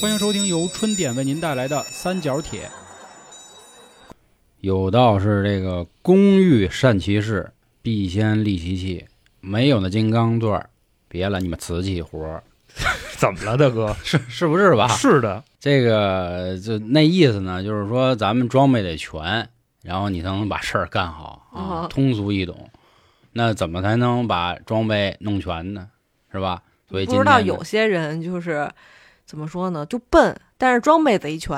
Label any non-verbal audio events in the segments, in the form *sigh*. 欢迎收听由春点为您带来的《三角铁》。有道是这个“工欲善其事，必先利其器”，没有那金刚钻儿，别了你们瓷器活儿，怎么了，大哥？ *laughs* 是是不是吧？是的，这个就那意思呢，就是说咱们装备得全，然后你才能把事儿干好啊。哦通俗易懂，那怎么才能把装备弄全呢？是吧？所以不今知道天呢有些人就是怎么说呢，就笨，但是装备贼全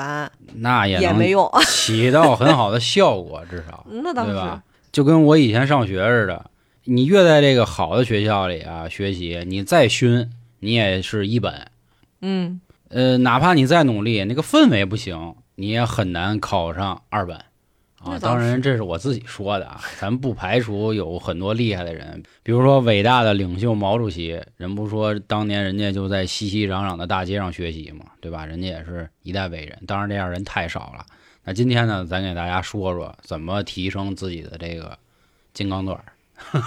那也也能没嗯用。 *laughs* 起到很好的效果，至少那当对时吧？就跟我以前上学似的，你越在这个好的学校里啊学习，你再熏，你也是一本。嗯，呃，哪怕你再努力，那个氛围不行，你也很难考上二本。啊，那倒是当然这是我自己说的啊， *laughs* 咱不排除有很多厉害的人，比如说伟大的领袖毛主席，人不说当年人家就在熙熙攘攘的大街上学习嘛，对吧？人家也是一代伟人，当然这样人太少了。那今天呢，咱给大家说说怎么提升自己的这个金刚钻儿。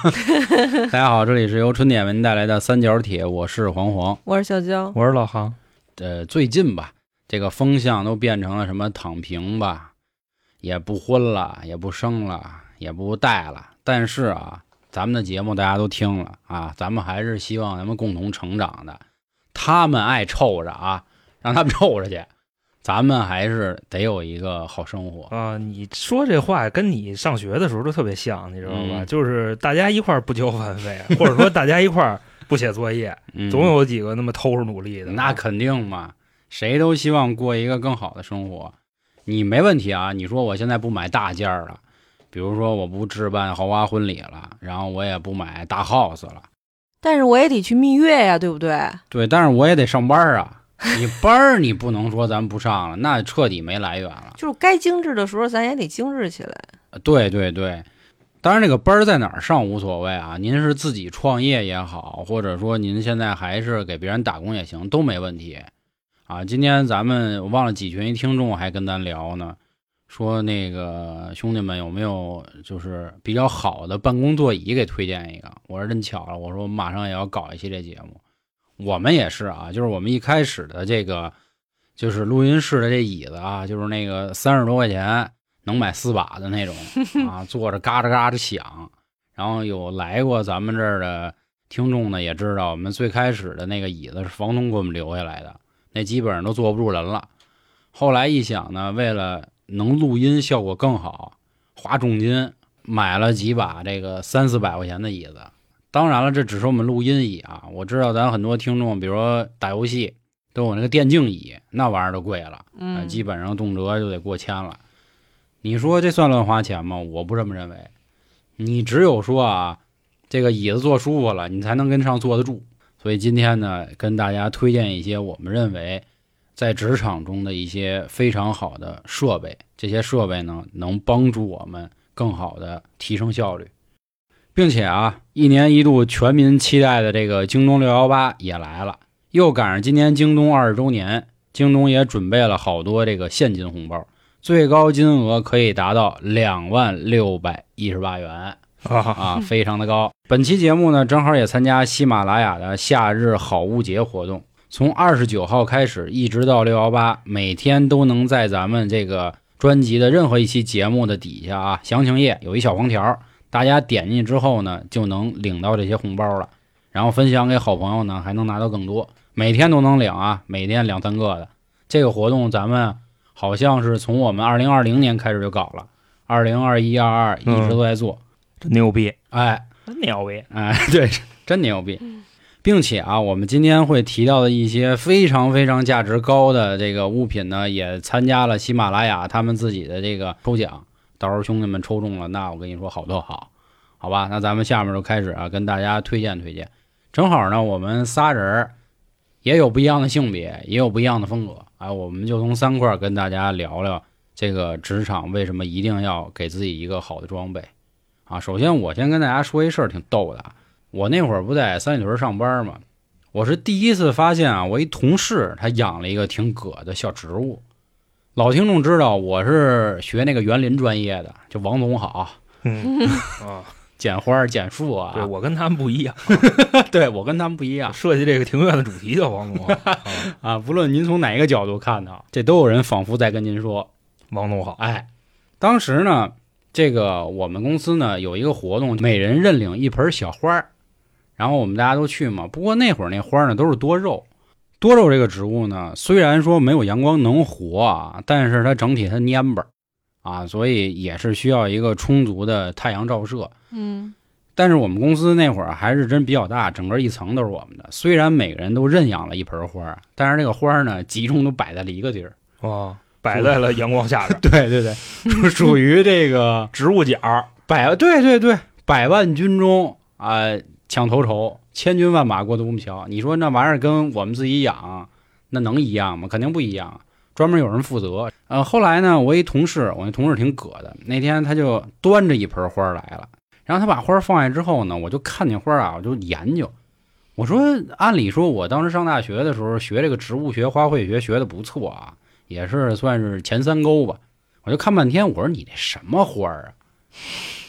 *laughs* 大家好，这里是由春点为您带来的三角铁，我是黄黄。我是小娇，我是老航。呃，最近吧，这个风向都变成了什么躺平吧，也不婚了，也不生了，也不带了。但是啊，咱们的节目大家都听了啊，咱们还是希望咱们共同成长的。他们爱臭着啊，让他们 *laughs* 臭着去，咱们还是得有一个好生活。啊、你说这话跟你上学的时候都特别像，你知道吧？嗯就是大家一块儿不交饭费， *laughs* 或者说大家一块儿不写作 *laughs* 业，嗯，总有几个那么偷着努力的。那肯定嘛，谁都希望过一个更好的生活。你没问题啊，你说我现在不买大件儿了，比如说我不置办豪华婚礼了，然后我也不买大 house 了，但是我也得去蜜月呀，对不对？对，但是我也得上班儿啊。你班儿你不能说咱不上了，那彻底没来源了。就是该精致的时候，咱也得精致起来。对对对，当然这个班儿在哪儿上无所谓啊，您是自己创业也好，或者说您现在还是给别人打工也行，都没问题啊。今天咱们我忘了几群听众还跟咱聊呢，说那个兄弟们有没有就是比较好的办公座椅给推荐一个？我说真巧了，我说我马上也要搞一期这节目，我们也是啊，就是我们一开始的这个。就是录音室的这椅子啊，就是那个三十多块钱，能买四把的那种啊，坐着嘎吱嘎吱响。然后有来过咱们这儿的听众呢，也知道我们最开始的那个椅子是房东给我们留下来的，那基本上都坐不住人了。后来一想呢，为了能录音效果更好，花重金买了几把这个三四百块钱的椅子。当然了，这只是我们录音椅啊。我知道咱很多听众，比如说打游戏都有那个电竞椅，那玩意儿都贵了。啊，嗯，基本上动辄就得过千了。你说这算乱花钱吗？我不这么认为。你只有说啊，这个椅子坐舒服了，你才能跟上坐得住。所以今天呢，跟大家推荐一些我们认为在职场中的一些非常好的设备。这些设备呢，能帮助我们更好的提升效率，并且啊，一年一度全民期待的这个京东六幺八也来了，又赶上今年京东二十周年，京东也准备了好多这个现金红包，最高金额可以达到两万六百一十八元啊，啊，非常的高。本期节目呢，正好也参加喜马拉雅的夏日好物节活动，从二十九号开始，一直到六幺八，每天都能在咱们这个专辑的任何一期节目的底下啊，详情页有一小黄条，大家点进去之后呢，就能领到这些红包了。然后分享给好朋友呢，还能拿到更多，每天都能领啊，每天两三个的。这个活动咱们好像是从我们二零二零年开始就搞了，二零二一、二二一直都在做。真牛逼，哎真牛逼！哎，对， *laughs* 真牛逼！并且啊，我们今天会提到的一些非常非常价值高的这个物品呢，也参加了喜马拉雅他们自己的这个抽奖。到时候兄弟们抽中了，那我跟你说好特好，好吧？那咱们下面就开始啊，跟大家推荐推荐。正好呢，我们仨人儿也有不一样的性别，也有不一样的风格，哎，我们就从三块儿跟大家聊聊这个职场为什么一定要给自己一个好的装备啊。首先，我先跟大家说一事儿，挺逗的啊。我那会儿不在三里屯上班嘛，我是第一次发现啊，我一同事他养了一个挺葛的小植物。老听众 *laughs* 知道我是学那个园林专业的，就王总好，嗯啊，剪花儿剪树啊。对我跟他们不一样， *laughs* 对我跟他们不一样设计这个庭院的主题叫王总好， *laughs* 啊啊！不论您从哪一个角度看呢，这都有人仿佛在跟您说王总好，哎，当时呢，这个我们公司呢有一个活动，每人认领一盆小花儿，然后我们大家都去嘛。不过那会儿那花儿呢都是多肉，多肉这个植物呢，虽然说没有阳光能活啊，但是它整体它蔫巴儿啊，所以也是需要一个充足的太阳照射。嗯但是我们公司那会儿还是真比较大，整个一层都是我们的。虽然每个人都认养了一盆花儿，但是这个花儿呢，集中都摆在了一个地儿。，哦，摆在了阳光下边对对对， *laughs* 属属于这个 *laughs* 植物角儿，百对对对，百万军中啊、抢头筹，千军万马过独木桥。你说那玩意儿跟我们自己养，那能一样吗？肯定不一样。专门有人负责。呃，后来呢，我一同事，我那同事挺葛的，那天他就端着一盆花儿来了，然后他把花儿放下之后呢，我就看见花儿啊，我就研究。我说，按理说，我当时上大学的时候学这个植物学、花卉学学的不错啊，也是算是前三沟吧。我就看半天，我说你这什么花儿啊？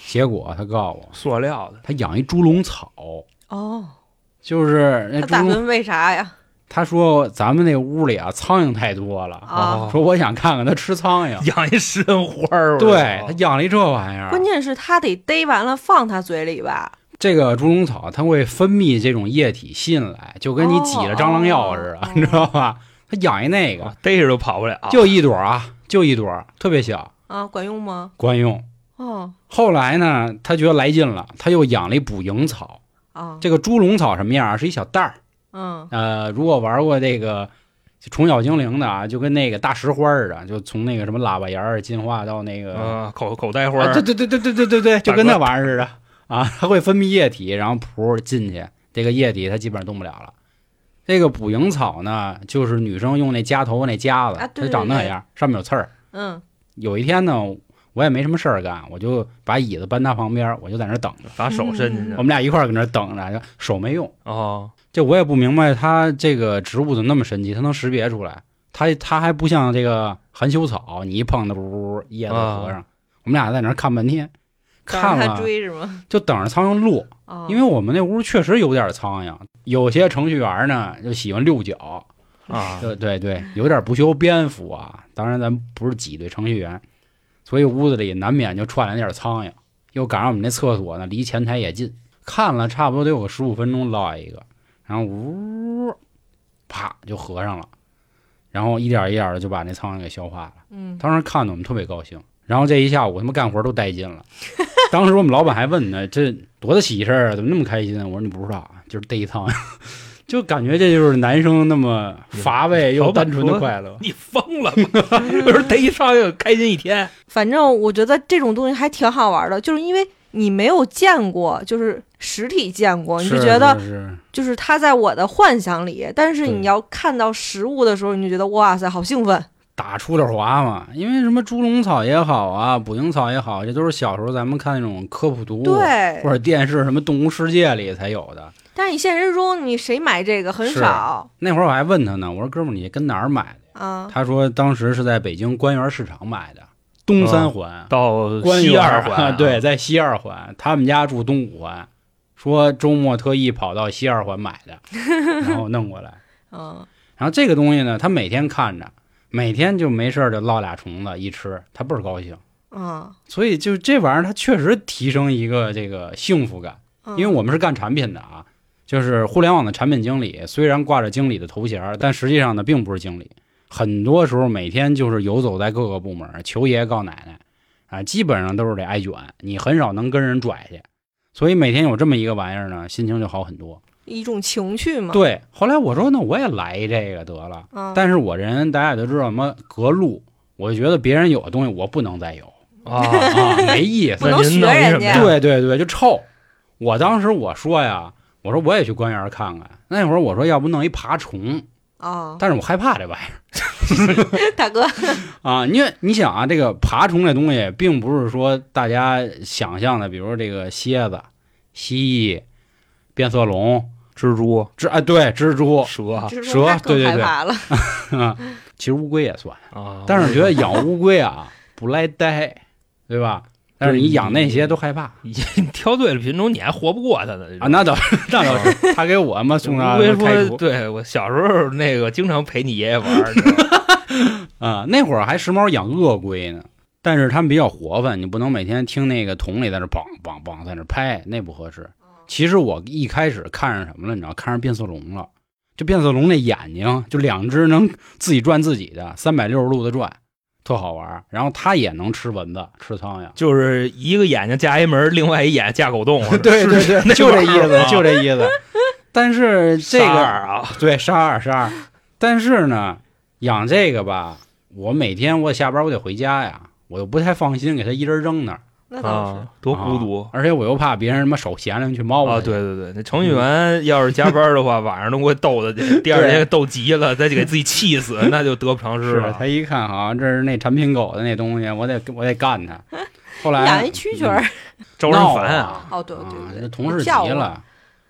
结果他告诉我，塑料的，他养一猪笼草，哦，就是那他猪打笼。算为 *laughs* 啥呀？他说咱们那屋里啊苍蝇太多了，啊哦说我想看看它吃苍蝇。养一食人啊花儿，我对操他养了一这玩意儿，关键是他得逮完了放他嘴里吧？这个猪笼草它会分泌这种液体进来，就跟你挤了蟑螂药似的，哦哦你知道吧？他养一那个，啊逮着都跑不了，就一朵啊，就一朵，特别小，啊，管用吗？管用。哦后来呢，他觉得来劲了，他又养了一捕蝇草。啊，这个猪笼草什么样啊？是一小袋儿， *laughs* 嗯呃，如果玩过这个虫咬精灵的啊，就跟那个大石花儿似的，就从那个什么喇叭芽儿进化到那个，啊，口口袋花啊儿对，对对对对对对对，就跟那玩意儿似的啊， *laughs* 它会分泌液体，然后噗进去，这个液体它基本上动不了了。这个捕蝇草呢，就是女生用那夹头发那夹子，啊对对它长那对样，上面有刺儿。嗯，有一天呢，我也没什么事儿干，我就把椅子搬它旁边，我就在那儿等着。把嗯手伸进我去，们俩一块儿搁那儿等着，手没用。哦，这我也不明白，它这个植物怎么那么神奇，它能识别出来？它它还不像这个含羞草，你一碰它，呜叶子合上。我们俩在那儿看半天，等着看他了追是吗？就等着苍蝇落，哦，因为我们那屋确实有点苍蝇。有些程序员呢就喜欢遛脚， *laughs* 啊，对对对，有点不修边幅啊。当然，咱不是挤兑程序员，所以屋子里难免就串来点苍蝇。又赶上我们那厕所呢，离前台也近，看了差不多得有个十五分钟落一个，然后呜，啪就合上了，然后一点一点的就把那苍蝇给消化了。嗯 *laughs* 当时看的我们特别高兴，然后这一下午他妈干活都带劲了。 *laughs* 当时我们老板还问呢，这多大喜事儿啊？怎么那么开心啊？我说你不知道啊，就是逮一趟， *laughs* 就感觉这就是男生那么乏味又老板单纯的说快乐。你疯了吧？有时候逮一苍蝇开心一天，反正我觉得这种东西还挺好玩的，就是因为你没有见过，就是实体见哦过，你就是觉得是是就是它在我的幻想里，但是对哦你要看到实物的时候，你就觉得哇塞，好兴奋。打出溜滑嘛，因为什么猪笼草也好啊，捕蝇草也好，这都是小时候咱们看那种科普读物对或，者电视什么《动物世界》里才有的。但是你现实中你谁买这个很是少那会儿我还问他呢，我说哥们儿你跟哪儿买的？啊。他说当时是在北京官园市场买的，东三环。到关西园二儿啊环，对，，在西二环，他们家住东五环，说周末特意跑到西二环买的，然后弄过来。嗯，然后这个东西呢，他每天看着，每天就没事儿就落俩虫子一吃，他倍儿高兴。嗯，所以就这玩意儿，它确实提升一个这个幸福感，嗯因为我们是干产品的啊，就是互联网的产品经理，虽然挂着经理的头衔儿，但实际上呢，并不是经理。很多时候每天就是游走在各个部门，求爷爷告奶奶，啊，基本上都是得挨卷，你很少能跟人拽去。所以每天有这么一个玩意儿呢，心情就好很多。一种情趣嘛。，对，后来我说那我也来一这个得了，嗯，但是我人大家也都知道什么隔路，我就觉得别人有的东西我不能再有啊， *laughs* 啊，没意思。不能 *laughs* 那您学弄一人什么家呀对对对，就臭。我当时我说呀，我说我也去官园看看。那会儿我说要不弄一爬虫，哦，但是我害怕这玩意儿大哥，啊，因为你想啊，这个爬虫这东西并不是说大家想象的，比如说这个蝎子、蜥蜴、变色龙、蜘蛛、蜘啊对蜘蛛，蛇啊就是蛇说他更对对啊害对怕了。其实乌龟也算，啊，但是觉得养乌龟啊不赖呆，对吧？但是你养那些都害怕你 *laughs* 挑对了品种，你还活不过他呢。啊，那倒 *laughs* 是，那倒是，他给我嘛送上 *laughs* 无非开说，除对我小时候那个经常陪你爷爷玩儿，你知道吗 *laughs* 啊，那会儿还时髦养鳄龟呢，但是他们比较活泛，你不能每天听那个桶里在那梆梆梆在那拍，那不合适。其实我一开始看上什么了，你知道，看上变色龙了。就变色龙那眼睛，就两只能自己转自己的，三百六十度的转，特好玩儿。然后它也能吃蚊子、吃苍蝇，。就是一个眼睛架一门，另外一眼架狗洞对对对，就这意思，就这这意思。 *laughs* 但是这沙个二啊， *laughs* 对，杀二杀二。但是呢，养这个吧，我每天我下班我得回家呀，我又不太放心给它一人扔那儿，那倒是啊，多孤独啊。而且我又怕别人他妈手闲了去猫啊！我。对对对，那程序嗯员要是加班的话，晚上都给我逗的，第二天斗急了，再给自己气死，那就得不偿失是了。他一看好像这是那产品狗的那东西，我得我得干它。后来养一蛐蛐儿，招人闹烦啊！啊！哦对对啊对这同事急叫我了。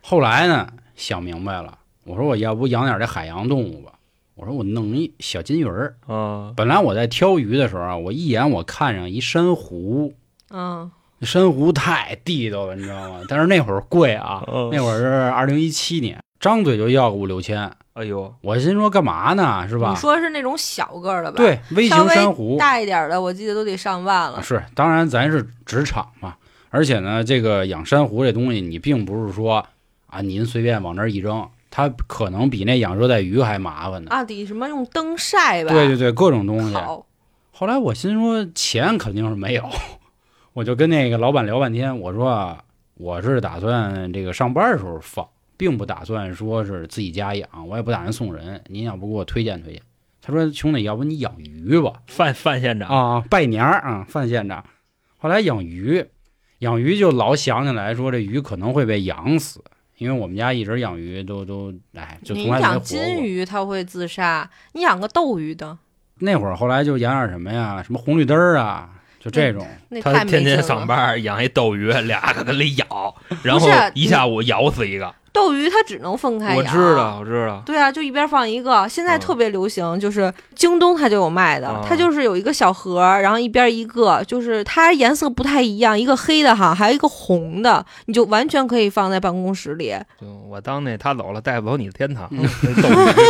后来呢，想明白了，我说我要不养点这海洋动物吧。我说我弄一小金鱼儿。啊，本来我在挑鱼的时候啊，我一眼我看上一珊瑚，嗯，珊瑚太地道了，你知道吗？但是那会儿贵啊，嗯那会儿是二零一七年，张嘴就要个五六千。哎呦，我心说干嘛呢，是你吧？说是那种小个儿的吧？，对，微稍型微珊瑚大嗯一点儿的我记得都得上万了。是，当然咱是职场嘛，而且呢，这个养珊瑚这东西，你并不是说啊，您随便往那儿一扔，它可能比那养热带鱼还麻烦呢。啊，得什么用灯晒吧？对对对，各种东西。好，后来我心说钱肯定是没有， *laughs* 我就跟那个老板聊半天，我说啊，我是打算这个上班的时候放，并不打算说是自己家养，我也不打算送人，您要不给我推荐推荐？他说兄弟，要不你养鱼吧？范范县长，啊，拜年儿啊，范县长。后来养鱼，养鱼就老想起来说这鱼可能会被养死，因为我们家一直养鱼都都哎，就你从来没活养过。金鱼它会自杀，你养个斗鱼的那会儿后来就养点什么呀，什么红绿灯儿啊，就这种。那他太没天劲天了。上班养一斗鱼，俩搁那里咬，然后一下午咬死一个。斗鱼它只能分开养。我知。道，我知道。对啊，就一边放一个。现在嗯特别流行，就是京东它就有卖嗯的，啊它就是有一个小盒儿，然后一边一个，就是它颜色不太一样，一个黑的哈，还有一个红的，你就完全可以放在办公室里。就我当那他走了，带不走你的天堂。嗯斗鱼 *laughs*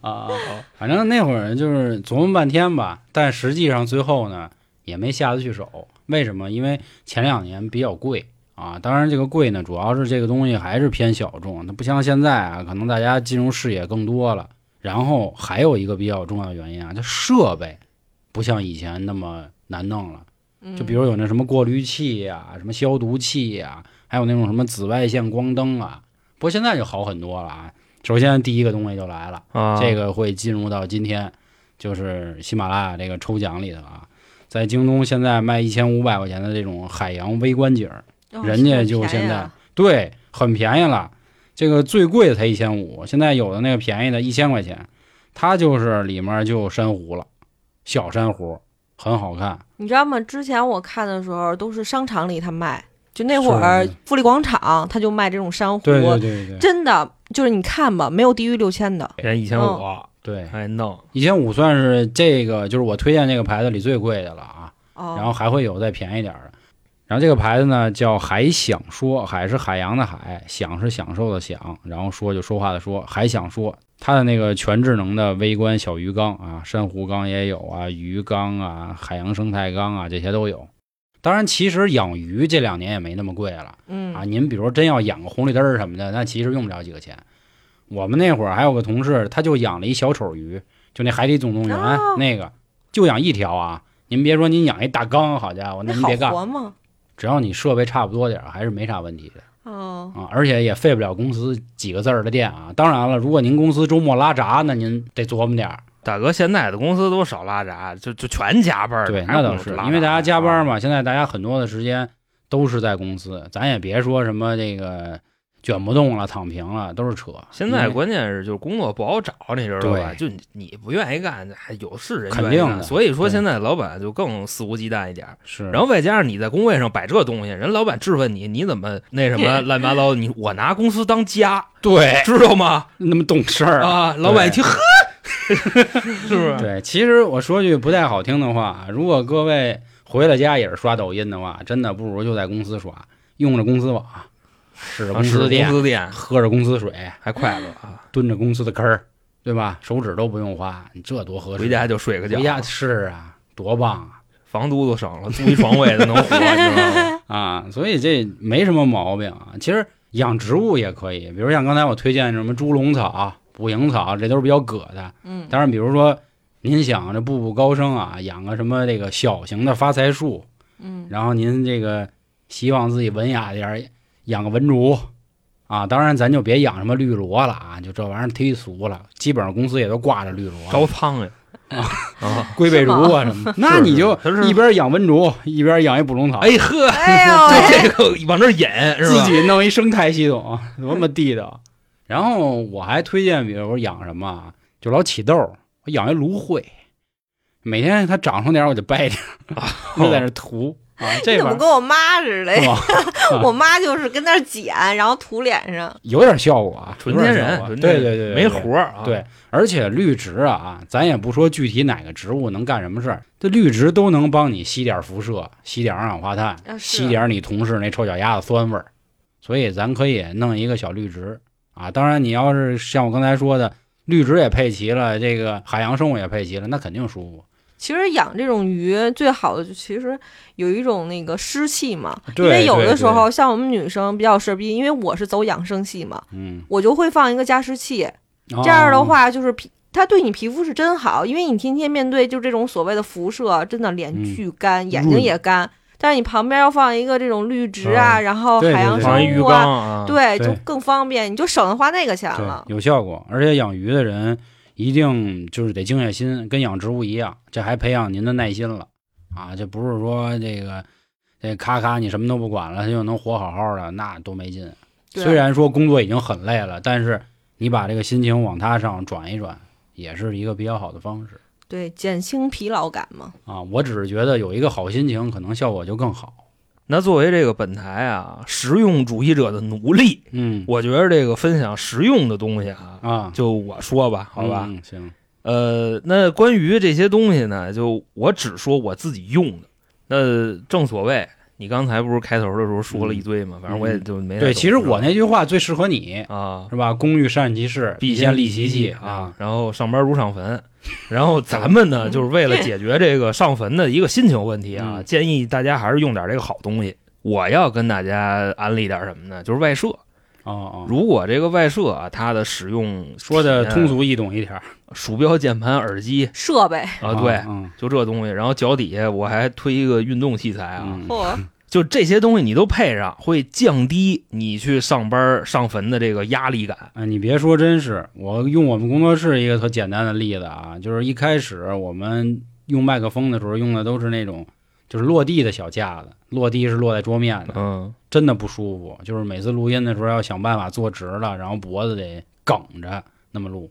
啊，反正那会儿就是琢磨半天吧，但实际上最后呢也没下得去手。为什么？因为前两年比较贵啊，当然这个贵呢，主要是这个东西还是偏小众，它不像现在啊，可能大家进入视野更多了。然后还有一个比较重要的原因啊，它设备不像以前那么难弄了。嗯、就比如有那什么过滤器呀、什么消毒器呀、还有那种什么紫外线光灯啊。不过现在就好很多了啊。首先第一个东西就来了。啊 *laughs* 这个会进入到今天，就是喜马拉雅这个抽奖里头啊，在京东现在卖一千五百块钱的这种海洋微观景儿，哦人家就便宜现在啊对，很便宜了。这个最贵的才一千五，现在有的那个便宜的一千块钱，它就是里面就有珊瑚了，小珊瑚很好看，你知道吗？之前我看的时候都是商场里他卖，就那会儿是富力广场他就卖这种珊瑚，对对对对真的就是你看吧，没有低于六千的。人一千五，嗯对，还弄一千五算是这个就是我推荐这个牌子里最贵的了啊。哦，然后还会有再便宜点儿的。然后这个牌子呢叫“还想说”，海是海洋的海，享是享受的享，然后说就说话的说，还想说。它的那个全智能的微观小鱼缸啊，珊瑚缸也有啊，鱼缸啊，海洋生态缸啊，这些都有。当然，其实养鱼这两年也没那么贵了嗯啊。您比如真要养个红绿灯儿什么的，那其实用不了几个钱。我们那会儿还有个同事，他就养了一小丑鱼，就那《海底总动员》哦那个，就养一条啊。您别说，您养一大缸，好家伙，那您别干好，活吗？只要你设备差不多点儿，还是没啥问题的哦，啊。而且也费不了公司几个字儿的电啊。当然了，如果您公司周末拉闸，那您得琢磨点儿。大哥，现在的公司都少拉闸，就就全加班儿对，哪那有倒不是拉，因为大家加班啊嘛，现在大家很多的时间都是在公司，咱也别说什么这个卷不动了、躺平了，都是扯。现在因为关键是就是工作不好找，你知道吧？对就你你不愿意干，还有是人肯愿意定干的所以说对现在老板就更肆无忌惮一点儿。是，然后外加上你在工位上摆这东西，人老板质问你，你怎么那什么乱七八糟？你我拿公司当家，对，知道吗？那么懂事儿啊，老板一听，呵，是不是？啊对，其实我说句不太好听的话，如果各位回了家也是刷抖音的话，真的不如就在公司刷，用着公司网，使着啊公是司电，公司店喝着公司水，还快乐啊，蹲着公司的坑儿，对吧？手指都不用花，你这多合适！回家就睡个觉，回家是啊，多棒啊！房租都省了，租一床位子能活，你知 *laughs* 道吗？啊，所以这没什么毛病啊。其实养植物也可以，比如像刚才我推荐什么猪笼草、捕蝇草，这都是比较葛的。嗯，当然，比如说您想这步步高升啊，养个什么这个小型的发财树， *laughs* 嗯，然后您这个希望自己文雅点儿，养个文竹啊。当然，咱就别养什么绿萝了啊，就这玩意儿忒俗了。基本上公司也都挂着绿招萝、苍蝇啊！龟背竹啊什么 *laughs* 的。那你就它是一边养文竹，一边养一捕笼草。哎呵，哎呦喂，就这个往这儿引是自吧？己弄一生态系 *laughs* 统，多么地道。然后我还推荐，比如我养什么啊，就老起痘儿，我养一芦荟，每天它长出点儿我就掰点儿，哦 *laughs* 就在那涂啊，你这怎玩么意儿跟我妈似的是？吧？ *laughs* 我妈就是跟那儿剪，然后涂脸上。有点效果啊，纯天有点效然，果纯天对然对对，对没。活儿啊。对，而且绿植啊，咱也不说具体哪个植物能干什么事儿，这绿植都能帮你吸点儿辐射，吸点儿二氧化碳，啊是吸点儿你同事那臭脚丫子酸味儿，所以咱可以弄一个小绿植啊。当然，你要是像我刚才说的，绿植也配齐了，这个海洋生物也配齐了，那肯定舒服。其实养这种鱼最好的就其实有一种那个湿气嘛，因对为有的对时候像我们女生比较事儿逼，因为我是走养生系嘛，嗯，我就会放一个加湿器，这这样的，话就是皮。它对你皮肤是真好，因为你天天面对就这种所谓的辐射，真的脸嗯巨干，眼润睛也干。但是你旁边要放一个这种绿植啊，啊然后对对海洋对生放一浴物缸啊，啊，对就更方便，你就省得花那个钱对了，。有效果。而且养鱼的人一定就是得静下心，跟养植物一样，这还培养您的耐心了啊！这不是说这个这咔咔你什么都不管了，它就能活好好的，那多没劲。对虽然说工作已经很累了，但是你把这个心情往它上转一转，也是一个比较好的方式对，减轻疲劳感嘛。啊。我只是觉得有一个好心情，可能效果就更好。那作为这个本台啊实用主义者的奴隶，嗯我觉得这个分享实用的东西啊，啊，就我说吧，好吧。嗯行，呃，那关于这些东西呢，就我只说我自己用的。那正所谓，你刚才不是开头的时候说了一堆嘛，反正我也就没嗯太懂。对，其实我那句话最适合你。啊，是吧？工欲善其事，必先利利其器啊。然后上班如上坟， *laughs* 然后咱们呢，就是为了解决这个上坟的一个心情问题啊，嗯建议大家还是用点这个好东西。我要跟大家安利点什么呢？就是外设。哦哦，如果这个外设啊，它的使用说的体通，验俗易懂一点儿鼠标、键盘、耳机设备，啊，对，嗯就这东西。然后脚底下我还推一个运动器材啊，嗯嚯、就这些东西你都配上，会降低你去上班上坟的这个压力感。啊，你别说，真是我用我们工作室一个特简单的例子啊，就是一开始我们用麦克风的时候用的都是那种就是落地的小架子，落地是落在桌面的，嗯，真的不舒服。就是每次录音的时候要想办法坐直了，然后脖子得梗着那么录。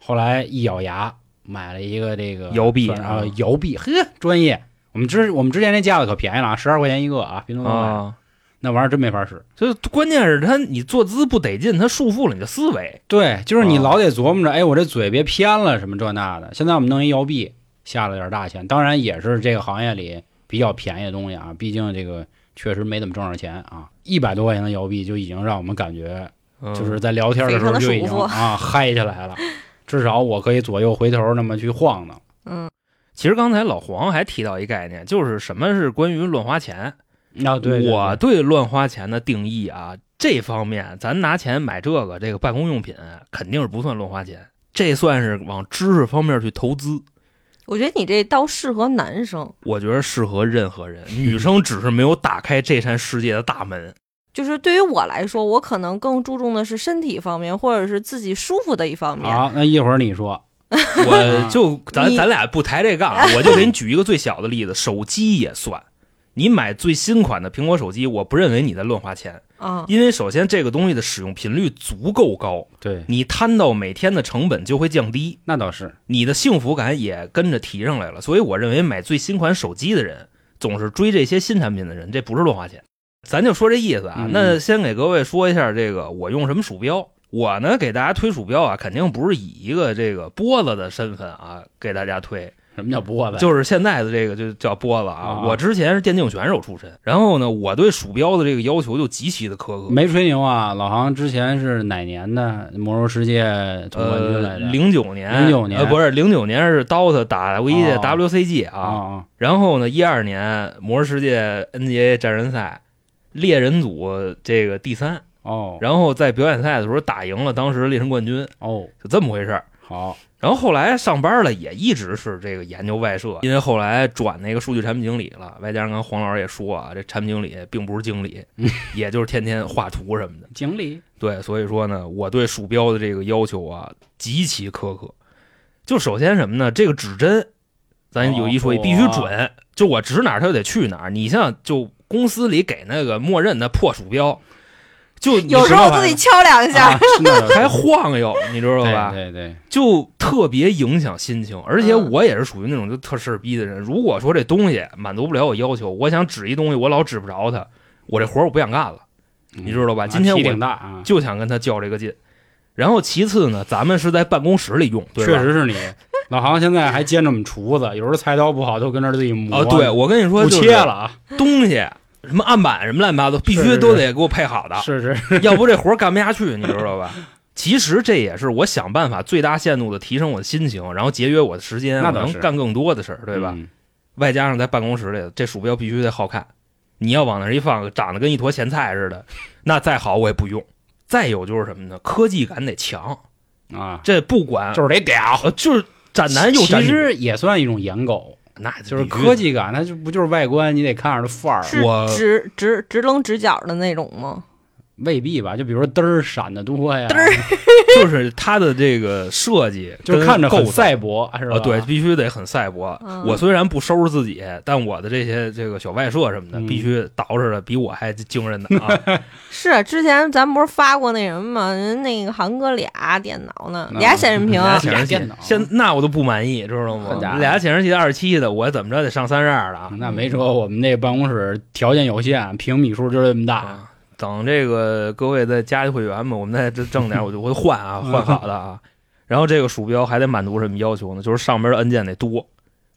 后来一咬牙买了一个这个摇臂算是啊啊，摇臂，呵，专业。我们之我们之前那架子可便宜了啊，十二块钱一个啊，拼多多买的，啊，那玩意儿真没法使。就是关键是它你坐姿不得劲，它束缚了你的思维。对，就是你啊老得琢磨着，哎，我这嘴别偏了什么这那的。现在我们弄一摇臂，下了点大钱，当然也是这个行业里比较便宜的东西啊，毕竟这个确实没怎么挣着钱啊。一百多块钱的摇臂就已经让我们感觉，嗯就是在聊天的时候就已非经常的舒啊嗨起来了，至少我可以左右回头那么去晃荡。嗯，其实刚才老黄还提到一概念，就是什么是关于乱花钱。啊，对，对我对对乱花钱的定义啊，这方面咱拿钱买这个这个办公用品，啊肯定是不算乱花钱，这算是往知识方面去投资。我觉得你这倒适合男生，我觉得适合任 *laughs* 何人，女生只是没有打开这扇世界的大门。就是对于我来说，我可能更注重的是身体方面，或者是自己舒服的一方面。好，那一会儿你说，我就咱啊你咱俩不抬这杠啊，我就给你举一个最小的例子，手机也算。你买最新款的苹果手机，我不认为你在乱花钱，啊，因为首先这个东西的使用频率足够高，对，你摊到每天的成本就会降低，那倒是，你的幸福感也跟着提上来了。所以我认为买最新款手机的人，总是追这些新产品的人，这不是乱花钱。咱就说这意思啊。嗯那先给各位说一下这个我用什么鼠标。我呢给大家推鼠标啊，肯定不是以一个这个波子的身份啊给大家推，什么叫波子？就是现在的这个就叫波子啊啊。我之前是电竞选手出身，然后呢，我对鼠标的这个要求就极其的苛刻。没吹牛啊，老航之前是哪年的魔兽世界总冠军来呃，着？零九年， 09年呃不是零九年是 DOTA 打 V 一的哦 WCG 啊啊，啊，然后呢，一二年魔兽世界 NBA 战人赛猎人组这个第三，哦然后在表演赛的时候打赢了当时猎人冠军，哦，就这么回事儿。好，然后后来上班了，也一直是这个研究外设，因为后来转那个数据产品经理了，外加上刚黄老师也说啊，这产品经理并不是经理，也就是天天画图什么的。经理对，所以说呢，我对鼠标的这个要求啊极其苛刻。就首先什么呢？这个指针，咱有一说一，哦必须准。就我指哪儿，它就得去哪儿。你像就公司里给那个默认的破鼠标，就你有时候自己敲两下，啊，是 *laughs* 那倒是还晃悠，你知道吧？对对对，就特别影响心情，而且嗯我也是属于那种就特事儿逼的人。如果说这东西满足不了我要求，我想指一东西，我老指不着它，我这活儿我不想干了，你知道吧？啊今天题挺我大啊，就想跟他较这个劲。然后其次呢，咱们是在办公室里用，对吧？确实是你。老航现在还兼着我们厨子，有时候菜刀不好就跟那儿自己磨。啊，对，我跟你说，不就是切了啊，东西，什么案板什么乱七八糟，必是须是都得给我配好的，是是，要不这活儿干不下去，你知道吧？其实这也是我想办法最大限度的提升我的心情，然后节约我的时间，那我倒能是干更多的事儿，对吧？嗯？外加上在办公室里，这鼠标必须得好看。你要往那儿一放，长得跟一坨咸菜似的，那再好我也不用。再有就是什么呢？科技感得强，啊，这不管就是得屌。呃就是斩男又斩其女，实也算一种颜狗，那就是必须 *laughs* 科技感，它就不就是外观，你得看着它范儿，是我直直直棱直角的那种吗？未必吧？就比如说嘚儿闪的多呀，嘚儿就是它的这个设计 *laughs* 就跟看着构很造赛博，是吧？啊，对，必须得很赛博。嗯我虽然不收拾自己，但我的这些这个小外设什么的，嗯必须捯饬的比我还 *laughs* 精神的啊！是，之前咱不是发过那什么吗？人那个韩哥俩电脑呢，嗯俩显示屏，俩显显示器电脑，现那我都不满意，知道好家吗？伙俩显示器二十七的，我怎么着得上三十二的啊！那没辙，我们这办公室条件有限，平米数就这么大。啊，等这个各位再加一会员吧，我们再这挣点，我就会 *laughs* 换啊，嗯换好的啊。然后这个鼠标还得满足什么要求呢？就是上边的按键得多，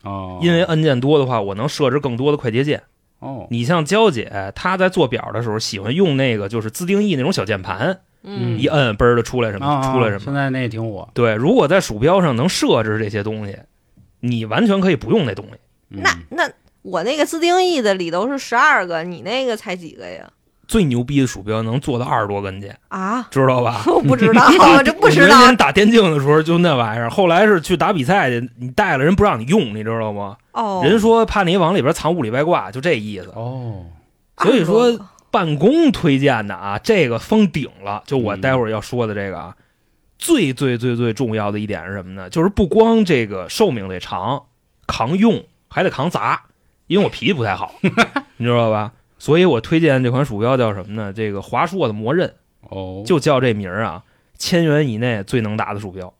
哦，因为按键多的话，我能设置更多的快捷键。哦，你像娇姐，她在做表的时候喜欢用那个就是自定义那种小键盘，嗯一摁嘣儿的出来什么，啊出来什么。现在那也挺火，对，如果在鼠标上能设置这些东西，你完全可以不用那东西。嗯那那我那个自定义的里头是十二个，你那个才几个呀？最牛逼的鼠标能做到二十多个按键，啊，？知道吧 *laughs* 我不知 *laughs* 道，我就不知我原道先打电竞的时候就那玩意儿，后来是去打比赛去，你带了人不让你用，你知道吗？哦。人说怕你往里边藏物理外挂，就这意思。哦，所以说二十多个办公推荐的啊，这个封顶了。就嗯我待会儿要说的这个啊，最最最最重要的一点是什么呢？就是不光这个寿命得长，扛用还得扛砸，因为我脾气不太 *laughs* 好，你知道吧？所以我推荐这款鼠标叫什么呢？这个华硕的魔刃，哦，就叫这名儿啊，千元以内最能打的鼠标。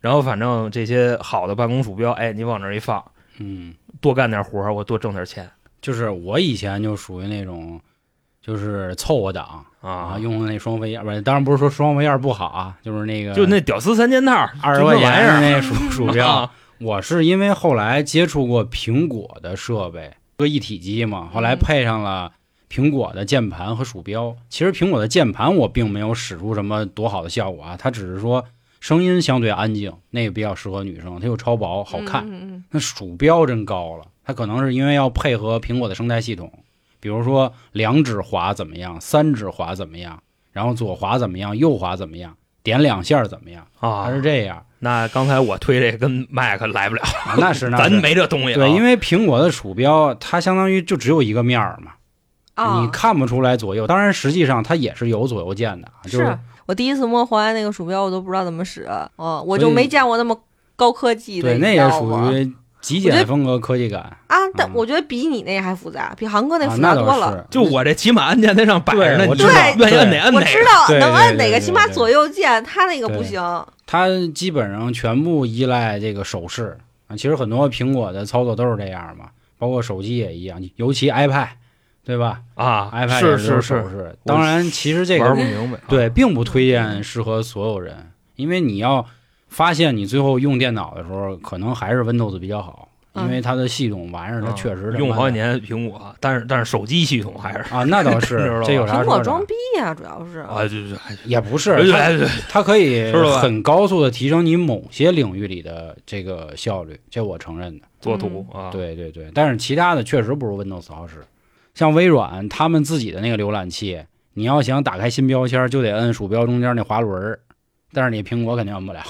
然后反正这些好的办公鼠标，哎，你往那儿一放，嗯，多干点活儿，我多挣点钱就是我以前就属于那种，就是凑合党啊。用的那双 V 二，不是，当然不是说双 V 二不好啊，就是那个就那屌丝三件套儿，二十就那块钱玩意儿的那鼠鼠 *laughs* 标啊，我是因为后来接触过苹果的设备，个一体机嘛，后来嗯配上了。苹果的键盘和鼠标，其实苹果的键盘我并没有使出什么多好的效果啊，它只是说声音相对安静，那个比较适合女生，它又超薄好看。嗯嗯那鼠标真高了，它可能是因为要配合苹果的生态系统，比如说两指滑怎么样，三指滑怎么样，然后左滑怎么样，右滑怎么样，点两下怎么样，啊它是这样。那刚才我推这跟麦克来不了，啊、那是那咱 *laughs* 是没这东西啊。对，因为为苹果的鼠标它相当于就只有一个面儿嘛，嗯啊，你看不出来左右。当然，实际上它也是有左右键的啊，就是我第一次摸红安那个鼠标，我都不知道怎么使，哦，我就所以没见过那么高科技的，对，那你知也道属吗于极我觉简得风格科技感啊，啊，但嗯啊我觉得比你那还复杂，比韩哥那那复杂多倒了。是。嗯就我这起码按键在上摆着呢，对你我知知道道愿意摁哪对摁哪我个。知道对能对摁对哪个，对起码对左右键，他那个不对行。它基本上全部依赖这个手势啊。其实很多苹果的操作都是这样嘛，包括手机也一样，尤其 iPad，对吧啊， ？iPad 也是都是手是，势。当然，其实这玩个不明白。嗯对并不推荐适合所有人，因为你要发现你最后用电脑的时候，可能还是 Windows 比较好，因嗯为它的系统玩意儿它嗯确实他妈用好的几年苹果，但是但是手机系统还是啊，那倒 *laughs* 真是是吧这有啥说苹果的装逼呀、主要是。啊，就是也不，就是它 *laughs* 是它可以知道吧很高速的提升你某些领域里的这个效率，这我承认的。嗯做图啊，，对对对，但是其他的确实不如 Windows 好使。像微软他们自己的那个浏览器，你要想打开新标签儿，就得摁鼠标中间那滑轮儿，但是你苹果肯定摁不了，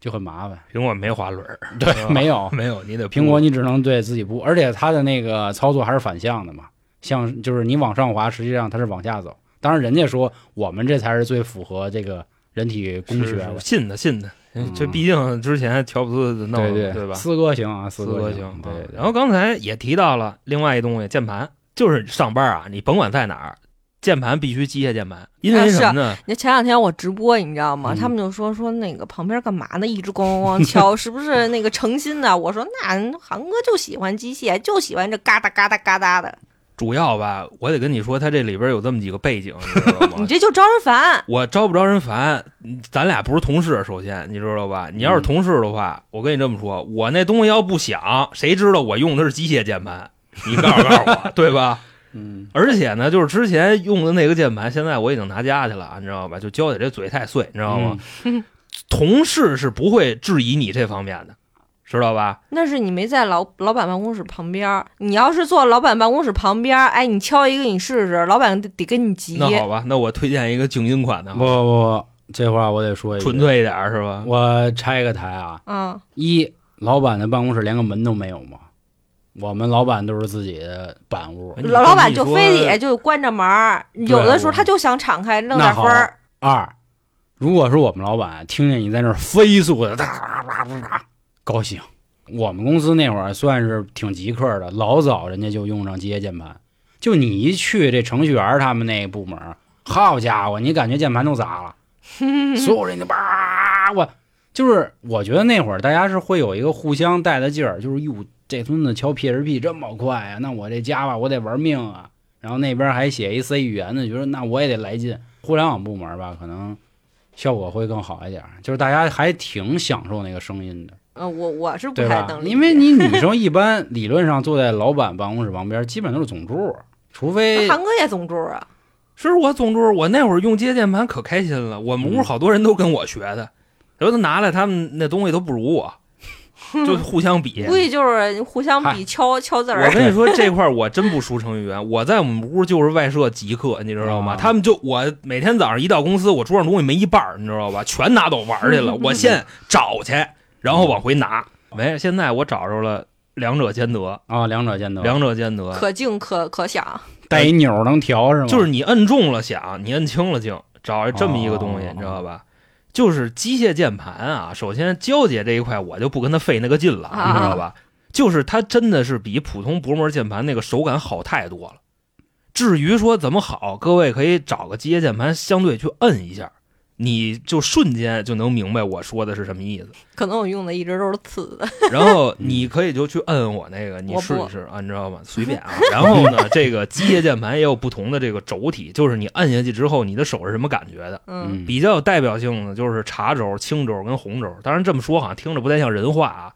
就很麻烦。苹果没滑轮儿，对，没有 *laughs* 没有，你得苹果，你只能对自己嗯不，而且它的那个操作还是反向的嘛，像就是你往上滑，实际上它是往下走。当然，人家说我们这才是最符合这个人体工是学的是，信的信的嗯，这毕竟之前乔布斯弄对的对吧？四哥行啊，四哥行，行，对啊对。对然后刚才也提到了另外一东西，键盘，就是上班啊，你甭管在哪儿，键盘必须机械键盘，因啊为是什么呢？你前两天我直播，你知道吗？嗯他们就说说那个旁边干嘛呢？一直咣 *laughs* 咣咣敲，是不是那个诚心的？我说那韩哥就喜欢机械，就喜欢这嘎哒嘎哒嘎哒的，主要吧，我得跟你说，它这里边有这么几个背景，你知道吗 *laughs* 你？这就招人烦。我招不招人烦？嗯咱俩不是同事，首先你知道吧？你要是同事的话，我跟你这么说，我那东西要不响，谁知道我用的是机械键盘？你告诉告诉我，对吧？嗯而且呢，就是之前用的那个键盘，现在我已经拿家去了，你知道吧？就交给这嘴太碎，你知道吗？同事是不会质疑你这方面的，知道吧？那是你没在老老板办公室旁边儿，你要是坐老板办公室旁边儿，哎，你敲一个你试试，老板得得跟你急。那好吧，那我推荐一个静音款的不，不不，这话嗯我得说一句，纯粹一点儿是吧？我拆个台啊，嗯，一老板的办公室连个门都没有吗？我们老板都是自己的板屋。哎你老老板你就说非得就关着门儿，有的时候我他就想敞开弄那点好风儿。二，如果是我们老板听见你在那儿飞速的哒哒哒哒哒，高兴。我们公司那会儿算是挺极客的，老早人家就用上机械键盘。就你一去这程序员他们那部门儿，好家伙，你感觉键盘都砸了，所有人就叭，我就是我觉得那会儿大家是会有一个互相带的劲儿，就是哟，这孙子敲 PHP 这么快啊，那我这 Java 我得玩命啊。然后那边还写一 C 语言的，觉得那我也得来劲。互联网部门吧，可能效果会更好一点儿，就是大家还挺享受那个声音的，呃，我我是不对太吧能？理解，因为你女生一般理论上坐在老板办公室旁边，基本都是总助，除非韩哥也总柱啊，是我总之我那会儿用接键盘可开心了，我们屋嗯好多人都跟我学的，然后他拿来他们那东西都不如我，就互相 *laughs* 比。估计就是互相比敲敲字我儿。跟 *laughs* 你说这块儿我真不输程序员，我在我们屋就是外设极客，你知道吗？啊他们就我每天早上一到公司，我桌上东西没一半儿，你知道吧？全拿走玩儿去了，我先找去，然后往回拿。 *laughs* 没，现在我找着了，两者兼得，啊两者兼得，两者兼得，可静可可想，带一钮儿能调是吗？就是你摁重了响，你摁轻了静，找着这么一个东西，哦你知道吧？就是机械键盘啊，首先交接这一块我就不跟他费那个劲了，啊你知道吧？ *laughs* 就是它真的是比普通薄膜键盘那个手感好太多了。至于说怎么好，各位可以找个机械键盘相对去摁一下，你就瞬间就能明白我说的是什么意思。可能我用的一直都是次的。然后你可以就去摁我那个，你我不试一试啊，你知道吗？随便啊。然后呢，这个机械键盘也有不同的这个轴体，就是你摁下去之后，你的手是什么感觉的？嗯嗯，比较有代表性的就是茶轴、青轴跟红轴。当然这么说好像听着不太像人话啊。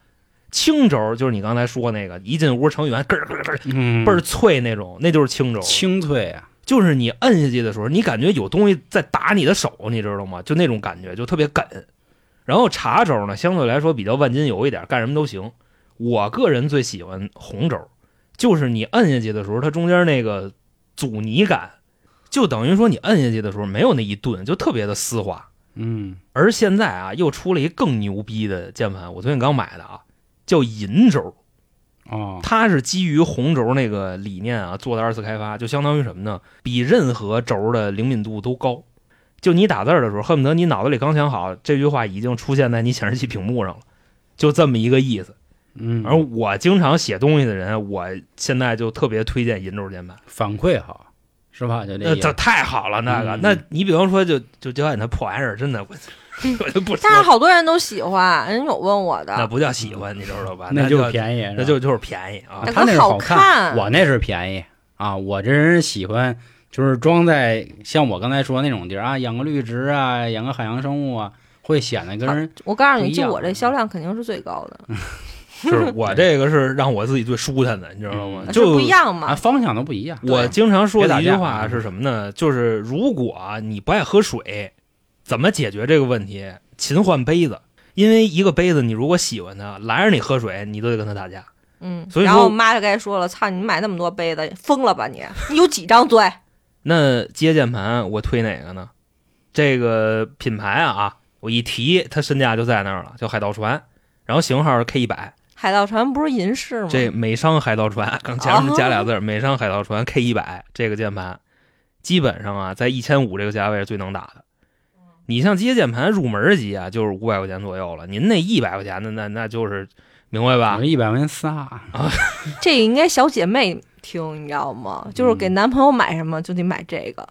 青轴就是你刚才说那个，一进屋成员咯咯咯咯嗯倍儿脆那种，那就是青轴。清脆啊，就是你摁下去的时候，你感觉有东西在打你的手，你知道吗？就那种感觉，就特别梗。然后茶轴呢，相对来说比较万金油一点，干什么都行。我个人最喜欢红轴，就是你摁下去的时候，它中间那个阻尼感，就等于说你摁下去的时候没有那一顿，就特别的丝滑。嗯而现在啊，又出了一更牛逼的键盘，我最近刚买的啊，叫银轴。哦，它是基于红轴那个理念啊做的二次开发，就相当于什么呢？比任何轴的灵敏度都高。就你打字儿的时候，恨不得你脑子里刚想好这句话，已经出现在你显示器屏幕上了，就这么一个意思。嗯，而我经常写东西的人，我现在就特别推荐银轴键盘，反馈好是吧？就这那意这思，太好了。那个，嗯那你比方说就就教你那破玩意儿，真的 *laughs* 我我就不说但是，好多人都喜欢，人有问我那的，不叫喜欢，你知道吧？那就就便宜是吧，那就就是便宜啊啊，那他个那是好好看我那是便宜啊。我这人喜欢就是装在像我刚才说那种地儿啊，养个绿植啊，养个海洋生物啊，会显得跟人我告诉你，不一样就我这销量肯定是最高的，是我这个是让我自己最舒坦的，你知道吗嗯？是就不一样啊嘛。方向都不一样。我对经常说的一句别打话架是什么呢？就是如果啊你不爱喝水，怎么解决这个问题？勤换杯子，因为一个杯子你如果喜欢它，拦着你喝水，你都得跟他打架。嗯，所以然说后我妈就该说了：“操，你买那么多杯子，疯了吧你？你有几张嘴？那接键盘我推哪个呢？这个品牌啊，我一提它身价就在那儿了，叫海盗船，然后型号是 K 一百，海盗船不是银饰吗？哦这美商海盗船，刚前面加俩字儿，美商海盗船 K 一百这个键盘，基本上啊，在一千五这个价位是最能打的。你像机械键盘入门级啊，就是五百块钱左右了。您那一百块钱的，那那就是明白吧我？啊一百块啊钱仨，这应该小姐妹听，你知道吗？就是给男朋友买什么就得买这个，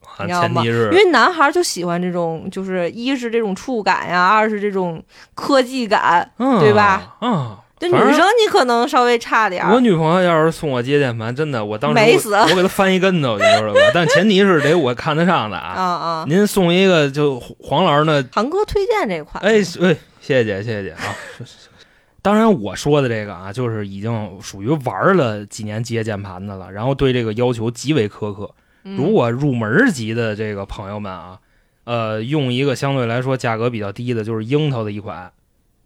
啊你知道前吗提是因为男孩就喜欢这种，就是一是这种触感呀，二是这种科技感。对吧？嗯啊，对反女正生你可能稍微差点我儿，女朋友要是送我机械键盘，真的，我当时美死啊我我给她翻一跟头，你知道吧？但前提是得我看得上的啊啊。啊！您送一个就黄老师那韩哥推荐这款，哎，是哎，谢谢姐，谢谢姐啊！当然，我说的这个啊，就是已经属于玩了几年机械键盘的了，然后对这个要求极为苛刻。嗯如果入门级的这个朋友们啊，呃，用一个相对来说价格比较低的，就是樱桃的一款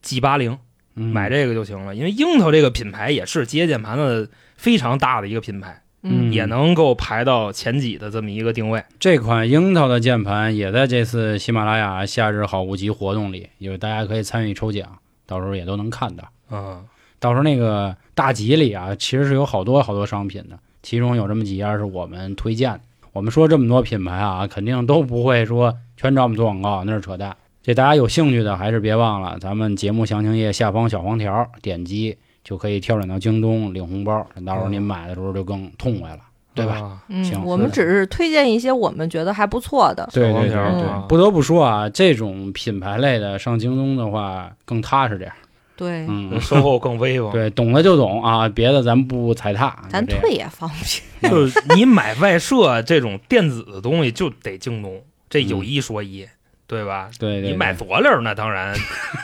G 八零，嗯买这个就行了。因为樱桃这个品牌也是机械键盘的非常大的一个品牌，嗯也能够排到前几的这么一个定位。这款樱桃的键盘也在这次喜马拉雅夏日好物集活动里，有大家可以参与抽奖，到时候也都能看到。嗯，到时候那个大集里啊，其实是有好多好多商品的，其中有这么几样是我们推荐的。我们说这么多品牌啊，肯定都不会说全找我们做广告，那是扯淡。这大家有兴趣的还是别忘了，咱们节目详情页下方小黄条点击就可以跳转到京东领红包，到时候您买的时候就更痛快了，啊对吧？吧？行嗯，我是们的只是推荐一些我们觉得还不错的，对小黄对对条啊对，不得不说啊，这种品牌类的上京东的话更踏实点儿。对，嗯，售后更威 *laughs* 风。对，懂了就懂啊，别的咱不踩踏。就咱这样退也方 *laughs* 便。就是你买外设这种电子的东西就得京东，这有一说一，对吧？对对，你对买佐料那当 *laughs* 然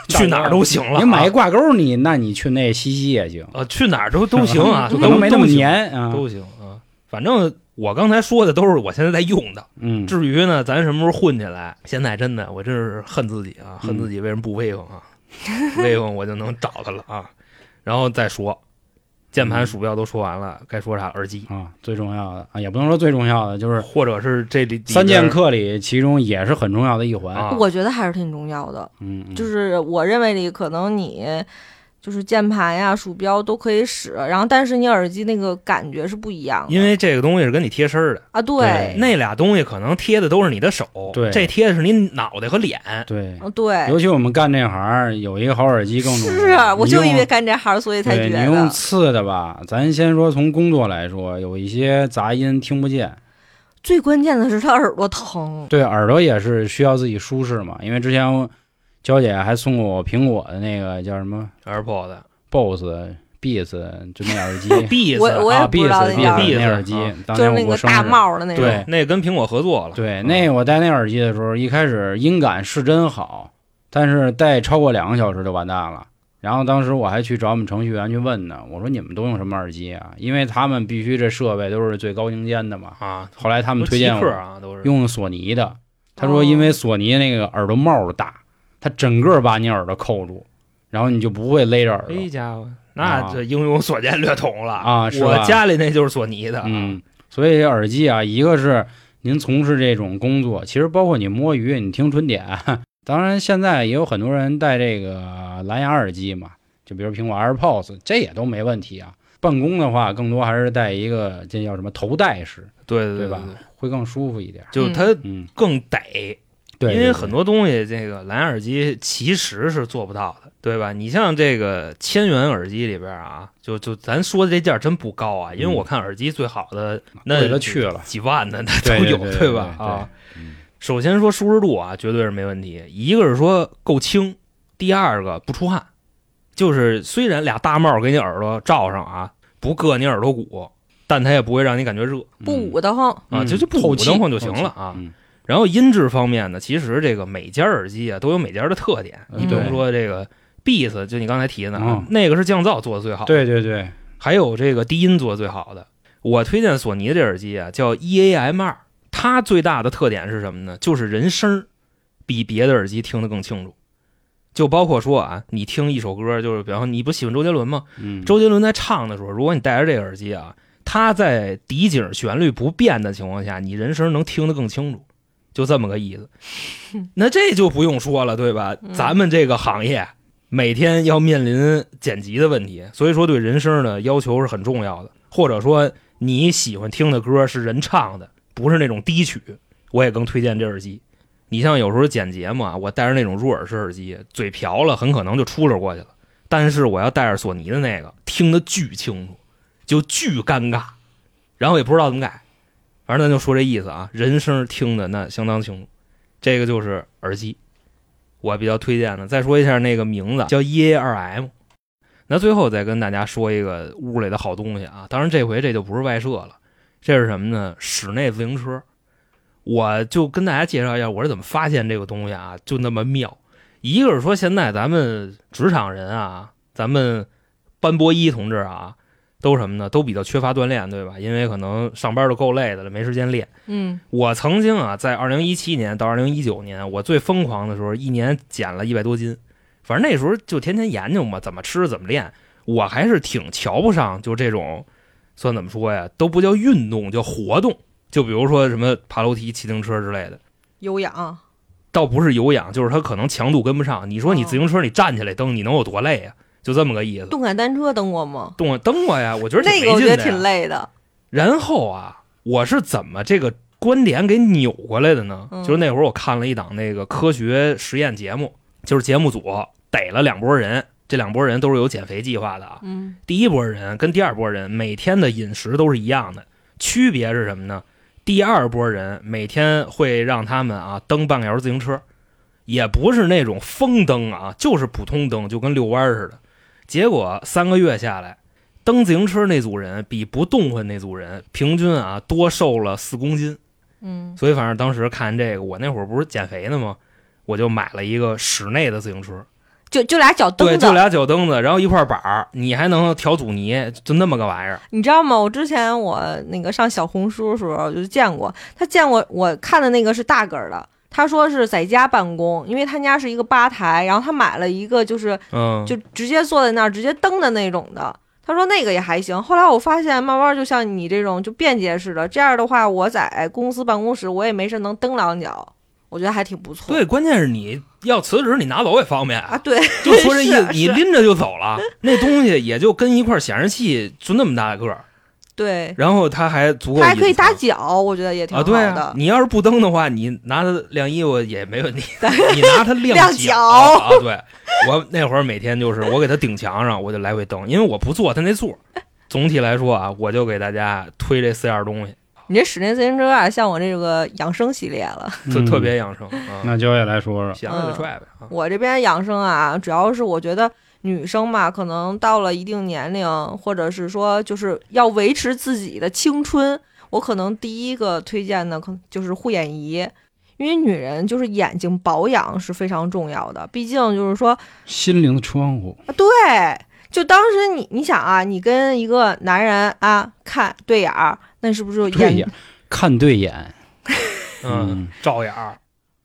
去哪儿都行了啊，你买一挂钩，你那你去那西西也行，呃去哪儿都都行 *laughs* 啊，就都可能没那么都行粘啊。都行啊。反正我刚才说的都是我现在在用的，嗯，至于呢，咱什么时候混起来，现在真的我真是恨自己啊，恨自己为什么不威风 *laughs* 啊，威风我就能找他了啊。然后再说，键盘、嗯鼠标都说完了，该说啥耳机，啊，最重要的啊，也不能说最重要的，就是或者是这里里三边剑客里其中也是很重要的一环。啊，我觉得还是挺重要的，嗯，就是是我认为里可能你就是键盘呀、鼠标都可以使，然后但是你耳机那个感觉是不一样的因为这个东西是跟你贴身儿的，啊，对对，那俩东西可能贴的都是你的手，对这贴的是你脑袋和脸。对，嗯对，尤其我们干这行，有一个好耳机更重要。是啊，我你就用因为干这行，所以才对觉你用得次的吧，咱先说从工作来说，有一些杂音听不见，最关键的是他耳朵疼，对耳朵也是需要自己舒适嘛。因为之前娇姐还送过我苹果的那个叫什么 AirPod BOSS Beats，就那耳机， Beats，我我也啊不知道，Beats 那叫 Beats 什么那耳机啊，当就是年我那过个生大日，帽的那种，对那跟苹果合作了。对，嗯那我戴那耳机的时候，一开始音感是真好，但是戴超过两个小时就完蛋了。然后当时我还去找我们程序员去问呢，我说你们都用什么耳机啊？因为他们必须这设备都是最高精尖的嘛。啊，后来他他们推荐客我啊，都是用索尼哦的，他说因为索尼那个耳朵帽儿大，它整个把你耳朵扣住，然后你就不会勒着耳朵哎。家伙，啊那这应用所见略同了啊是吧我家里那就是索尼 *laughs* 的，嗯，所以耳机啊，一个是您从事这种工作，其实包括你摸鱼、你听春点， *laughs* 当然现在也有很多人戴这个蓝牙耳机嘛，就比如苹果 AirPods，这也都没问题啊。办公的话，更多还是戴一个这叫什么头戴式，对对对吧？会更舒服一点。就嗯它嗯，更得，对，对因为对很多东西这个蓝牙耳机其实是做不到的，对吧？你像这个千元耳机里边啊，就就咱说的这价儿真不高啊，因为嗯我看耳机最好的贵那了去了几万的那对都对有，对对吧？对啊，嗯首先说舒适度啊，绝对是没问题。一个是说够轻，第二个不出汗，就是虽然俩大帽给你耳朵罩上啊，不硌你耳朵骨，但它也不会让你感觉热不捂得慌，啊，嗯就就不透捂气得慌就行透气了啊。嗯然后音质方面呢，其实这个每家耳机啊都有每家的特点。嗯你比如对说这个 Beats，就你刚才提的啊嗯，那个是降噪做的最好，对对对，还有这个低音做的最好的。我推荐索尼的这耳机啊，叫 EAM 二，它最大的特点是什么呢？就是人声儿比别的耳机听得更清楚。就包括说啊，你听一首歌，就是比方说你不喜欢周杰伦吗？嗯，周杰伦在唱的时候，如果你戴着这个耳机啊，他在底景旋律不变的情况下，你人声能听得更清楚，就这么个意思。那这就不用说了，对吧？嗯咱们这个行业每天要面临剪辑的问题，所以说对人声的要求是很重要的。或者说你喜欢听的歌是人唱的，不是那种低曲，我也更推荐这耳机。你像有时候剪节目啊，我戴着那种入耳式耳机，嘴瓢了，很可能就出溜过去了。但是我要戴着索尼的那个，听得巨清楚，就巨尴尬，然后也不知道怎么改。反正咱就说这意思啊，人声听的那相当清楚。这个就是耳机，我比较推荐的。再说一下那个名字叫 EA 二 M。那最后再跟大家说一个屋里的好东西啊，当然这回这就不是外设了，这是什么呢？室内自行车。我就跟大家介绍一下我是怎么发现这个东西啊，就那么妙。一个是说现在咱们职场人啊，咱们班博一同志啊，都什么呢？都比较缺乏锻炼，对吧？因为可能上班都够累的了，没时间练。嗯我曾经啊，在二零一七年到二零一九年，我最疯狂的时候，一年减了一百多斤。反正那时候就天天研究嘛，怎么吃怎么练。我还是挺瞧不上就这种，算怎么说呀？都不叫运动，叫活动。就比如说什么爬楼梯、骑自行车之类的，有氧，倒不是有氧，就是它可能强度跟不上。你说你自行车你站起来蹬，你能有多累呀、就这么个意思。动感单车蹬过吗？动我蹬过呀，我觉得挺那个我没觉劲的得呀挺累的，然后啊，我是怎么这个观点给扭过来的呢？嗯就是那会儿我看了一档那个科学实验节目，就是节目组逮了两拨人，这两拨人都是有减肥计划的啊。嗯第一波人跟第二波人每天的饮食都是一样的，区别是什么呢？第二波人每天会让他们啊蹬半个小时自行车，也不是那种风蹬啊，就是普通蹬，就跟遛弯儿似的。结果三个月下来，蹬自行车那组人比不动换那组人平均啊多瘦了四公斤。嗯所以反正当时看这个，我那会儿不是减肥呢吗？我就买了一个室内的自行车，就就俩脚对，蹬就子，俩脚蹬子，然后一块板儿，你还能调阻尼，就那么个玩意儿。你知道吗？我之前我那个上小红书的时候就见过，他见过我看的那个是大个儿的，他说是在家办公，因为他家是一个吧台，然后他买了一个就是嗯，就直接坐在那儿直接蹬的那种的。他说那个也还行，后来我发现慢慢就像你这种就便捷似的，这样的话我在公司办公室我也没事能蹬两脚，我觉得还挺不错。对，关键是你要辞职，你拿走也方便，啊，对，就说这意思是，你是拎着就走了，那东西也就跟一块显示器就那么大个儿，对，然后它还足够隐他藏，还可以打脚，我觉得也挺啊，好对的。啊，你要是不蹬的话，你拿它晾衣服也没问题， *laughs* 对你拿它晾 *laughs* 晾脚脚啊，对我那会儿每天就是我给它顶墙上，我就来回蹬，因为我不坐它那座。总体来说啊，我就给大家推这四样东西，你这室内自行车啊，像我这个养生系列了。特嗯特别养生啊，那交也来说说，想着嗯就拽呗啊。我这边养生啊，主要是我觉得女生嘛，可能到了一定年龄，或者是说就是要维持自己的青春，我可能第一个推荐的，可能就是护眼仪。因为女人就是眼睛保养是非常重要的，毕竟就是说心灵的窗户，啊，对，就当时你你想啊，你跟一个男人啊看对眼儿，那是不是就对眼眼，看对眼，嗯嗯，照眼儿，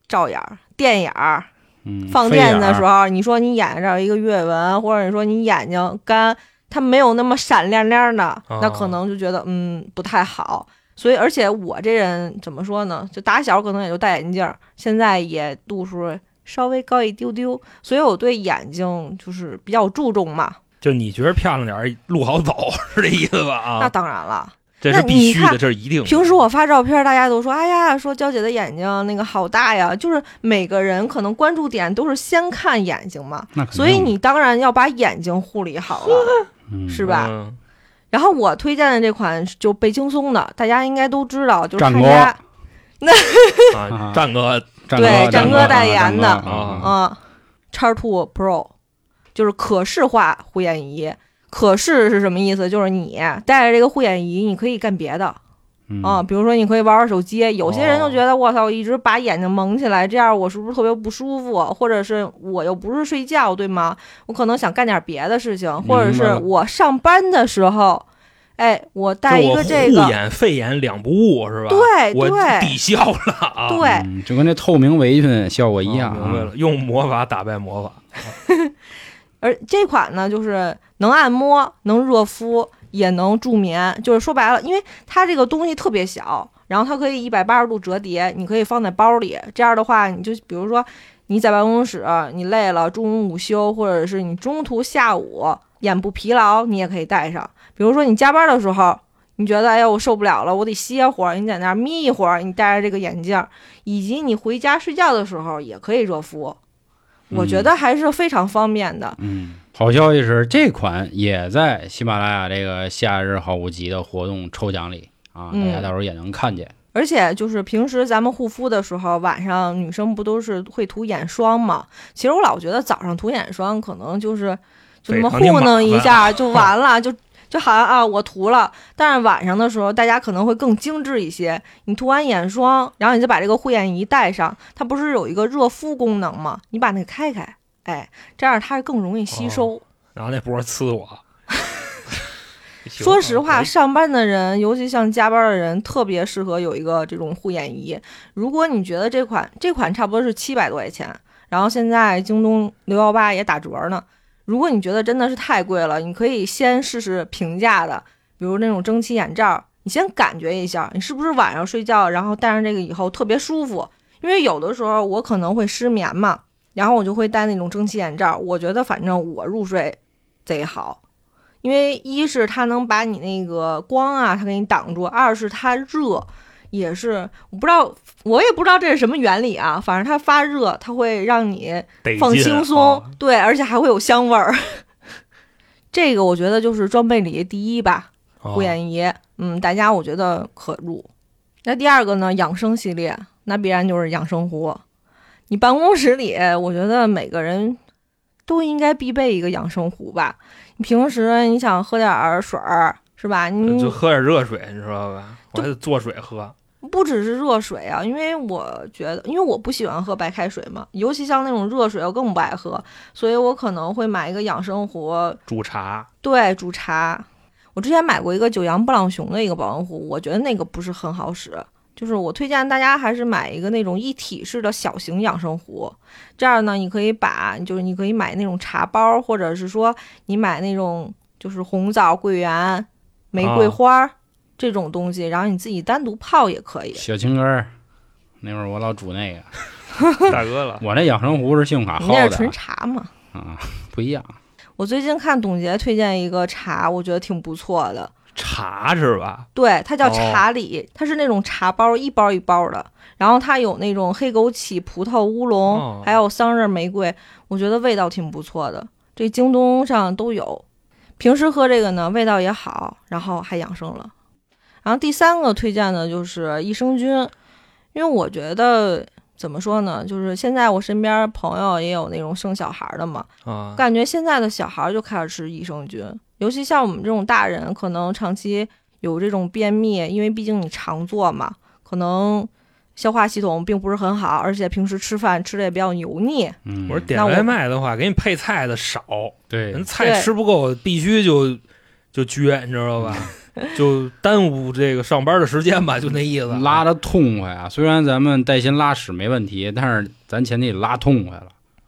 照眼儿、电眼儿，嗯，放飞电眼的儿时，候，你说你眼睛这儿有一个月纹，或者你说你眼睛干，它没有那么闪亮亮的，哦那可能就觉得嗯不太好。所以，而且我这人怎么说呢？就打小可能也就戴眼镜儿，现在也度数稍微高一丢丢，所以我对眼睛就是比较注重嘛。就你觉得漂亮点儿，路好走 *laughs* 是这意思吧？那啊，当然了，这是那必你须看的，这是一定的。平时我发照片，大家都说哎呀，说娇姐的眼睛那个好大呀，就是每个人可能关注点都是先看眼睛嘛，那肯定所以你当然要把眼睛护理好了。嗯是吧嗯然后我推荐的这款是就贝青松的，大家应该都知道，就是战他哥家，啊，啊战哥，战对哥战战哥代言的啊，嗯，叉 Two Pro，就是可视化护眼仪。可视是什么意思？就是你带着这个护眼仪，你可以干别的，嗯哦啊，比如说你可以玩玩手机，有些人就觉得我操，我一直把眼睛蒙起来，这样我是不是特别不舒服？或者是我又不是睡觉，对吗？我可能想干点别的事情，或者明白是了我上班的时候，哎，我 *laughs* 带就一我个这护个，眼、肺炎两不误是吧？对我对抵消了啊。对哦嗯就跟这透明围裙效果我一样明白啊。了，用魔法打败魔法。而这款呢，就是能按摩、能热敷，也能助眠。就是说白了，因为它这个东西特别小，然后它可以一百八十度折叠，你可以放在包里。这样的话，你就比如说你在办公室，你累了，中午午休，或者是你中途下午眼部疲劳，你也可以带上。比如说你加班的时候。你觉得，哎呀，我受不了了，我得歇会儿。你在那儿眯一会儿，你戴着这个眼镜儿，以及你回家睡觉的时候也可以热敷，我觉得还是非常方便的。嗯，好消息是这款也在喜马拉雅这个夏日好物集的活动抽奖里啊，嗯大家到时候也能看见。而且就是平时咱们护肤的时候，晚上女生不都是会涂眼霜嘛？其实我老觉得早上涂眼霜可能就是就那么非常糊麻弄一烦下就完了，就就好像啊我涂了。但是晚上的时候，大家可能会更精致一些。你涂完眼霜，然后你再把这个护眼仪戴上，它不是有一个热敷功能吗？你把那个开开，哎，这样它更容易吸哦收。然后那波呲我。说实话，哎上班的人，尤其像加班的人，特别适合有一个这种护眼仪。如果你觉得这款这款差不多是七百多块钱，然后现在京东六幺八也打折呢。如果你觉得真的是太贵了，你可以先试试平价的，比如那种蒸汽眼罩，你先感觉一下，你是不是晚上睡觉，然后戴上这个以后特别舒服？因为有的时候我可能会失眠嘛，然后我就会戴那种蒸汽眼罩，我觉得反正我入睡贼好。因为一是它能把你那个光啊，它给你挡住；二是它热，也是我不知道，我也不知道这是什么原理啊，反正它发热，它会让你得劲放轻松啊，对，而且还会有香味儿。 *laughs* 这个我觉得就是装备里第一吧，哦护眼仪，嗯，大家我觉得可入。那第二个呢，养生系列，那必然就是养生壶。你办公室里，我觉得每个人都应该必备一个养生壶吧。你平时你想喝点儿水儿，是吧？你就喝点热水，你知道吧？我还得做水喝。不只是热水啊，因为我觉得，因为我不喜欢喝白开水嘛，尤其像那种热水，我更不爱喝，所以我可能会买一个养生壶，煮 *laughs* 茶，对，煮茶。我之前买过一个九阳布朗熊的一个保温壶，我觉得那个不是很好使，就是我推荐大家还是买一个那种一体式的小型养生壶，这样呢，你可以把就是你可以买那种茶包，或者是说你买那种就是红枣、桂圆、玫瑰啊花、这种东西，然后你自己单独泡也可以。小青柑儿，那会儿我老煮那个，大哥了。我那养生壶是信用卡你号那是纯的茶嘛？啊，不一样。我最近看董洁推荐一个茶，我觉得挺不错的，茶是吧？对，它叫哦茶礼，它是那种茶包，一包一包的。然后它有那种黑枸杞、葡萄、乌龙，哦还有桑葚、玫瑰，我觉得味道挺不错的。这京东上都有，平时喝这个呢，味道也好，然后还养生了。然后第三个推荐的就是益生菌，因为我觉得怎么说呢，就是现在我身边朋友也有那种生小孩的嘛， *laughs* 啊，感觉现在的小孩儿就开始吃益生菌，尤其像我们这种大人，可能长期有这种便秘，因为毕竟你常坐嘛，可能消化系统并不是很好，而且平时吃饭吃的也比较油腻。嗯，我说那点我外卖的话，给你配菜的少，对人，菜吃不够，必须就就撅，你知道 *laughs* 吧？就耽误这个上班的时间吧，就那意思。拉的痛快啊！虽然咱们带薪拉屎没问题，但是咱前提得拉痛快了，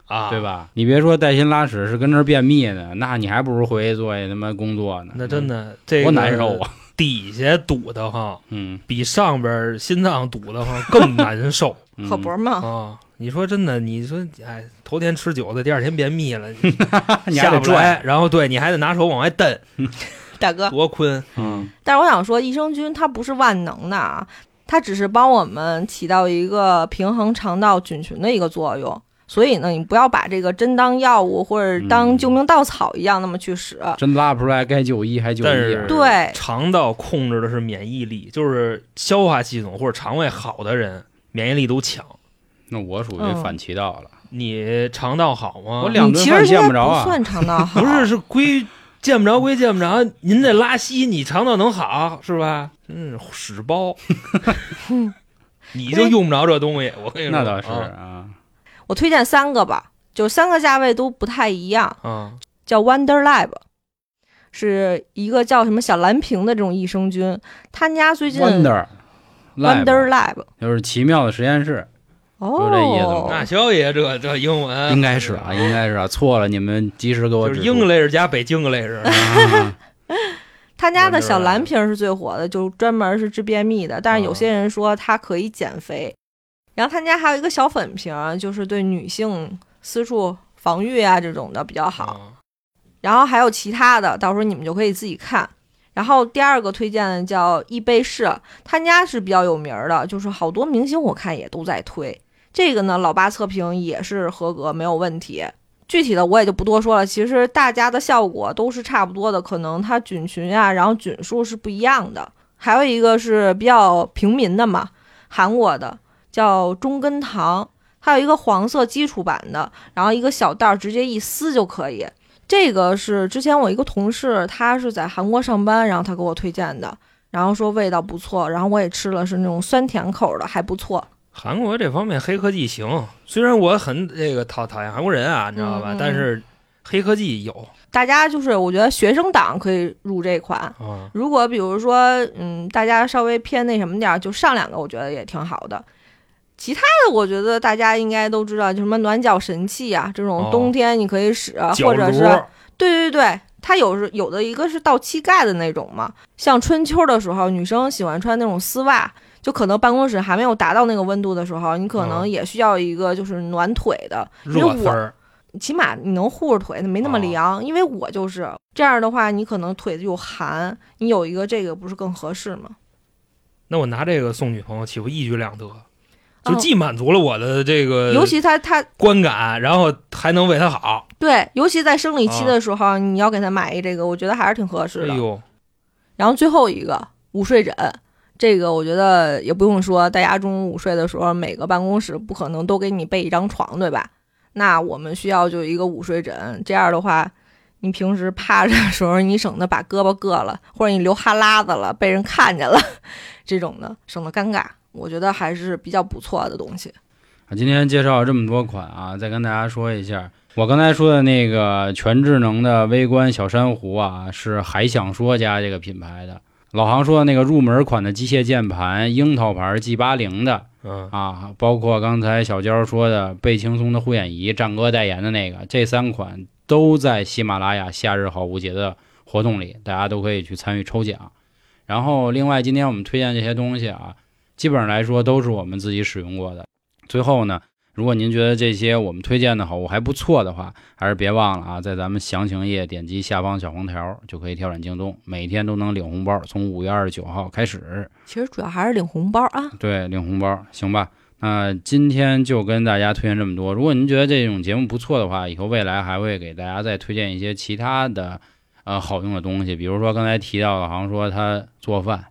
啊，对？吧？你别说带薪拉屎是跟这儿便秘呢，那你还不如回去做一他妈工作呢。那真的，这多个难受啊！底下堵得慌，嗯，比上边心脏堵得慌更难受嗯可不是嘛，啊！你说真的，你说哎，头天吃酒的，第二天便秘了， *laughs* *laughs* 你还下得不拽。来，然后对你还得拿手往外蹬，大哥。多坤嗯，但是我想说，益生菌它不是万能的啊，它只是帮我们起到一个平衡肠道菌群的一个作用。所以呢，你不要把这个真当药物或者当嗯救命稻草一样那么去使。真拉不出来，该就医还就但医是啊。对肠道控制的是免疫力，就是消化系统或者肠胃好的人，免疫力都强。那我属于嗯反其道了。你肠道好吗？我两你顿其饭实应见 *laughs* 该不着啊不算肠道好， *laughs* 不是是归见不着归见不着，您这拉稀，你肠道能好是吧？嗯，屎包，嗯你就用不着这东西。我跟你说，那倒是啊啊，我推荐三个吧，就三个价位都不太一样，啊叫 Wonder Lab，是一个叫什么小蓝瓶的这种益生菌，他们家最近 Wonder Lab Wonder Lab 就是奇妙的实验室，就这意思嘛那哦，肖爷这这英文应该是啊，应该是啊，错了，你们及时给我嗯就指是出。 English 加北京 English，啊，他家的 Wonder 小 Lab 蓝瓶是最火的，就专门是治便秘的，但哦是有些人说它可以减肥，然后他家还有一个小粉瓶，就是对女性私处防御啊这种的比较好。啊然后还有其他的，到时候你们就可以自己看。然后第二个推荐的叫易贝氏，他家是比较有名儿的，就是好多明星我看也都在推。这个呢，老八测评也是合格，没有问题。具体的我也就不多说了，其实大家的效果都是差不多的，可能它菌群啊，然后菌数是不一样的。还有一个是比较平民的嘛，韩国的叫中根堂，它有一个黄色基础版的，然后一个小袋儿直接一撕就可以，这个是之前我一个同事，他是在韩国上班，然后他给我推荐的，然后说味道不错，然后我也吃了，是那种酸甜口的，还不错。韩国这方面黑科技行，虽然我很这个讨讨厌韩国人啊，你知道吧？嗯嗯但是黑科技有大家就是我觉得学生党可以入这款。哦啊，如果比如说，嗯，大家稍微偏那什么点儿，就上两个，我觉得也挺好的。其他的，我觉得大家应该都知道，就什么暖脚神器啊，这哦种冬天你可以使，脚啊或者炉是对对对，它有时有的一个是到膝盖的那种嘛，像春秋的时候，女生喜欢穿那种丝袜，就可能办公室还没有达到那个温度的时候，你可能嗯也需要一个就是暖腿的，因热为丝我儿起码你能护着腿，没那么哦凉。因为我就是这样的话，你可能腿有寒，你有一个这个不是更合适吗？那我拿这个送女朋友，岂不一举两得？就哦既满足了我的这个尤其它它观感，然后还能为她好。对，尤其在生理期啊的时候，你要给它买一这个，我觉得还是挺合适哎的。呦，然后最后一个午睡枕，这个我觉得也不用说，大家中午午睡的时候，每个办公室不可能都给你备一张床，对吧？那我们需要就一个午睡枕，这样的话，你平时趴着的时候，你省得把胳膊硌了，或者你流哈喇子了，被人看见了， *laughs* 这种的省得尴尬。我觉得还是比较不错的东西。啊今天介绍这么多款啊，再跟大家说一下，我刚才说的那个全智能的微观小珊瑚啊，是还想说家这个品牌的。老航说的那个入门款的机械键盘，樱桃牌 G 八零的嗯，啊，包括刚才小娇说的贝轻松的护眼仪，战哥代言的那个，这三款都在喜马拉雅夏日好物节的活动里，大家都可以去参与抽奖。然后，另外今天我们推荐这些东西啊，基本上来说都是我们自己使用过的。最后呢，如果您觉得这些我们推荐的好物还不错的话，还是别忘了啊，在咱们详情页点击下方小黄条就可以跳转京东，每天都能领红包，从五月二十九号开始。其实主要还是领红包啊。对，领红包，行吧？那今天就跟大家推荐这么多。如果您觉得这种节目不错的话，以后未来还会给大家再推荐一些其他的呃好用的东西，比如说刚才提到的，好像说他做饭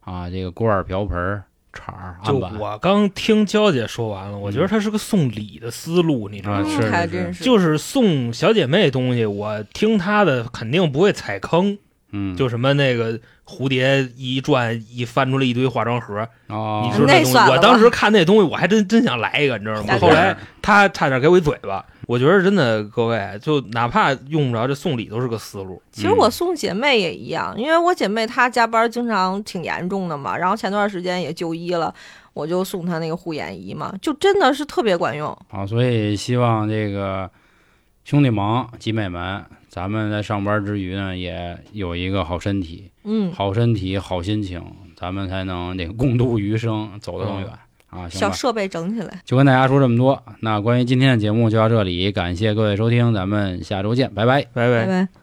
啊，这个锅碗瓢盆儿、铲儿、就案板，我刚听娇姐说完了，我觉得她是个送礼的思路，你知嗯道啊吗？是还是是嗯真是，就是送小姐妹东西，我听她的肯定不会踩坑，嗯，就什么那个蝴蝶一转一翻出来一堆化妆盒，哦，你说那东西，算了我吧当时看那东西，我还真真想来一个，你知道吗？大后概来她差点给我一嘴巴。我觉得真的，各位就哪怕用不着这送礼都是个思路，其实我嗯送姐妹也一样，因为我姐妹她加班经常挺严重的嘛，然后前段时间也就医了，我就送她那个护眼仪嘛，就真的是特别管用。好，所以希望这个兄弟们、姐妹们，咱们在上班之余呢，也有一个好身体。嗯，好身体、好心情，咱们才能这个共度余生，走得更远、啊！行小吧，设备整起来，就跟大家说这么多。那关于今天的节目就到这里，感谢各位收听，咱们下周见，拜拜。拜拜拜。拜。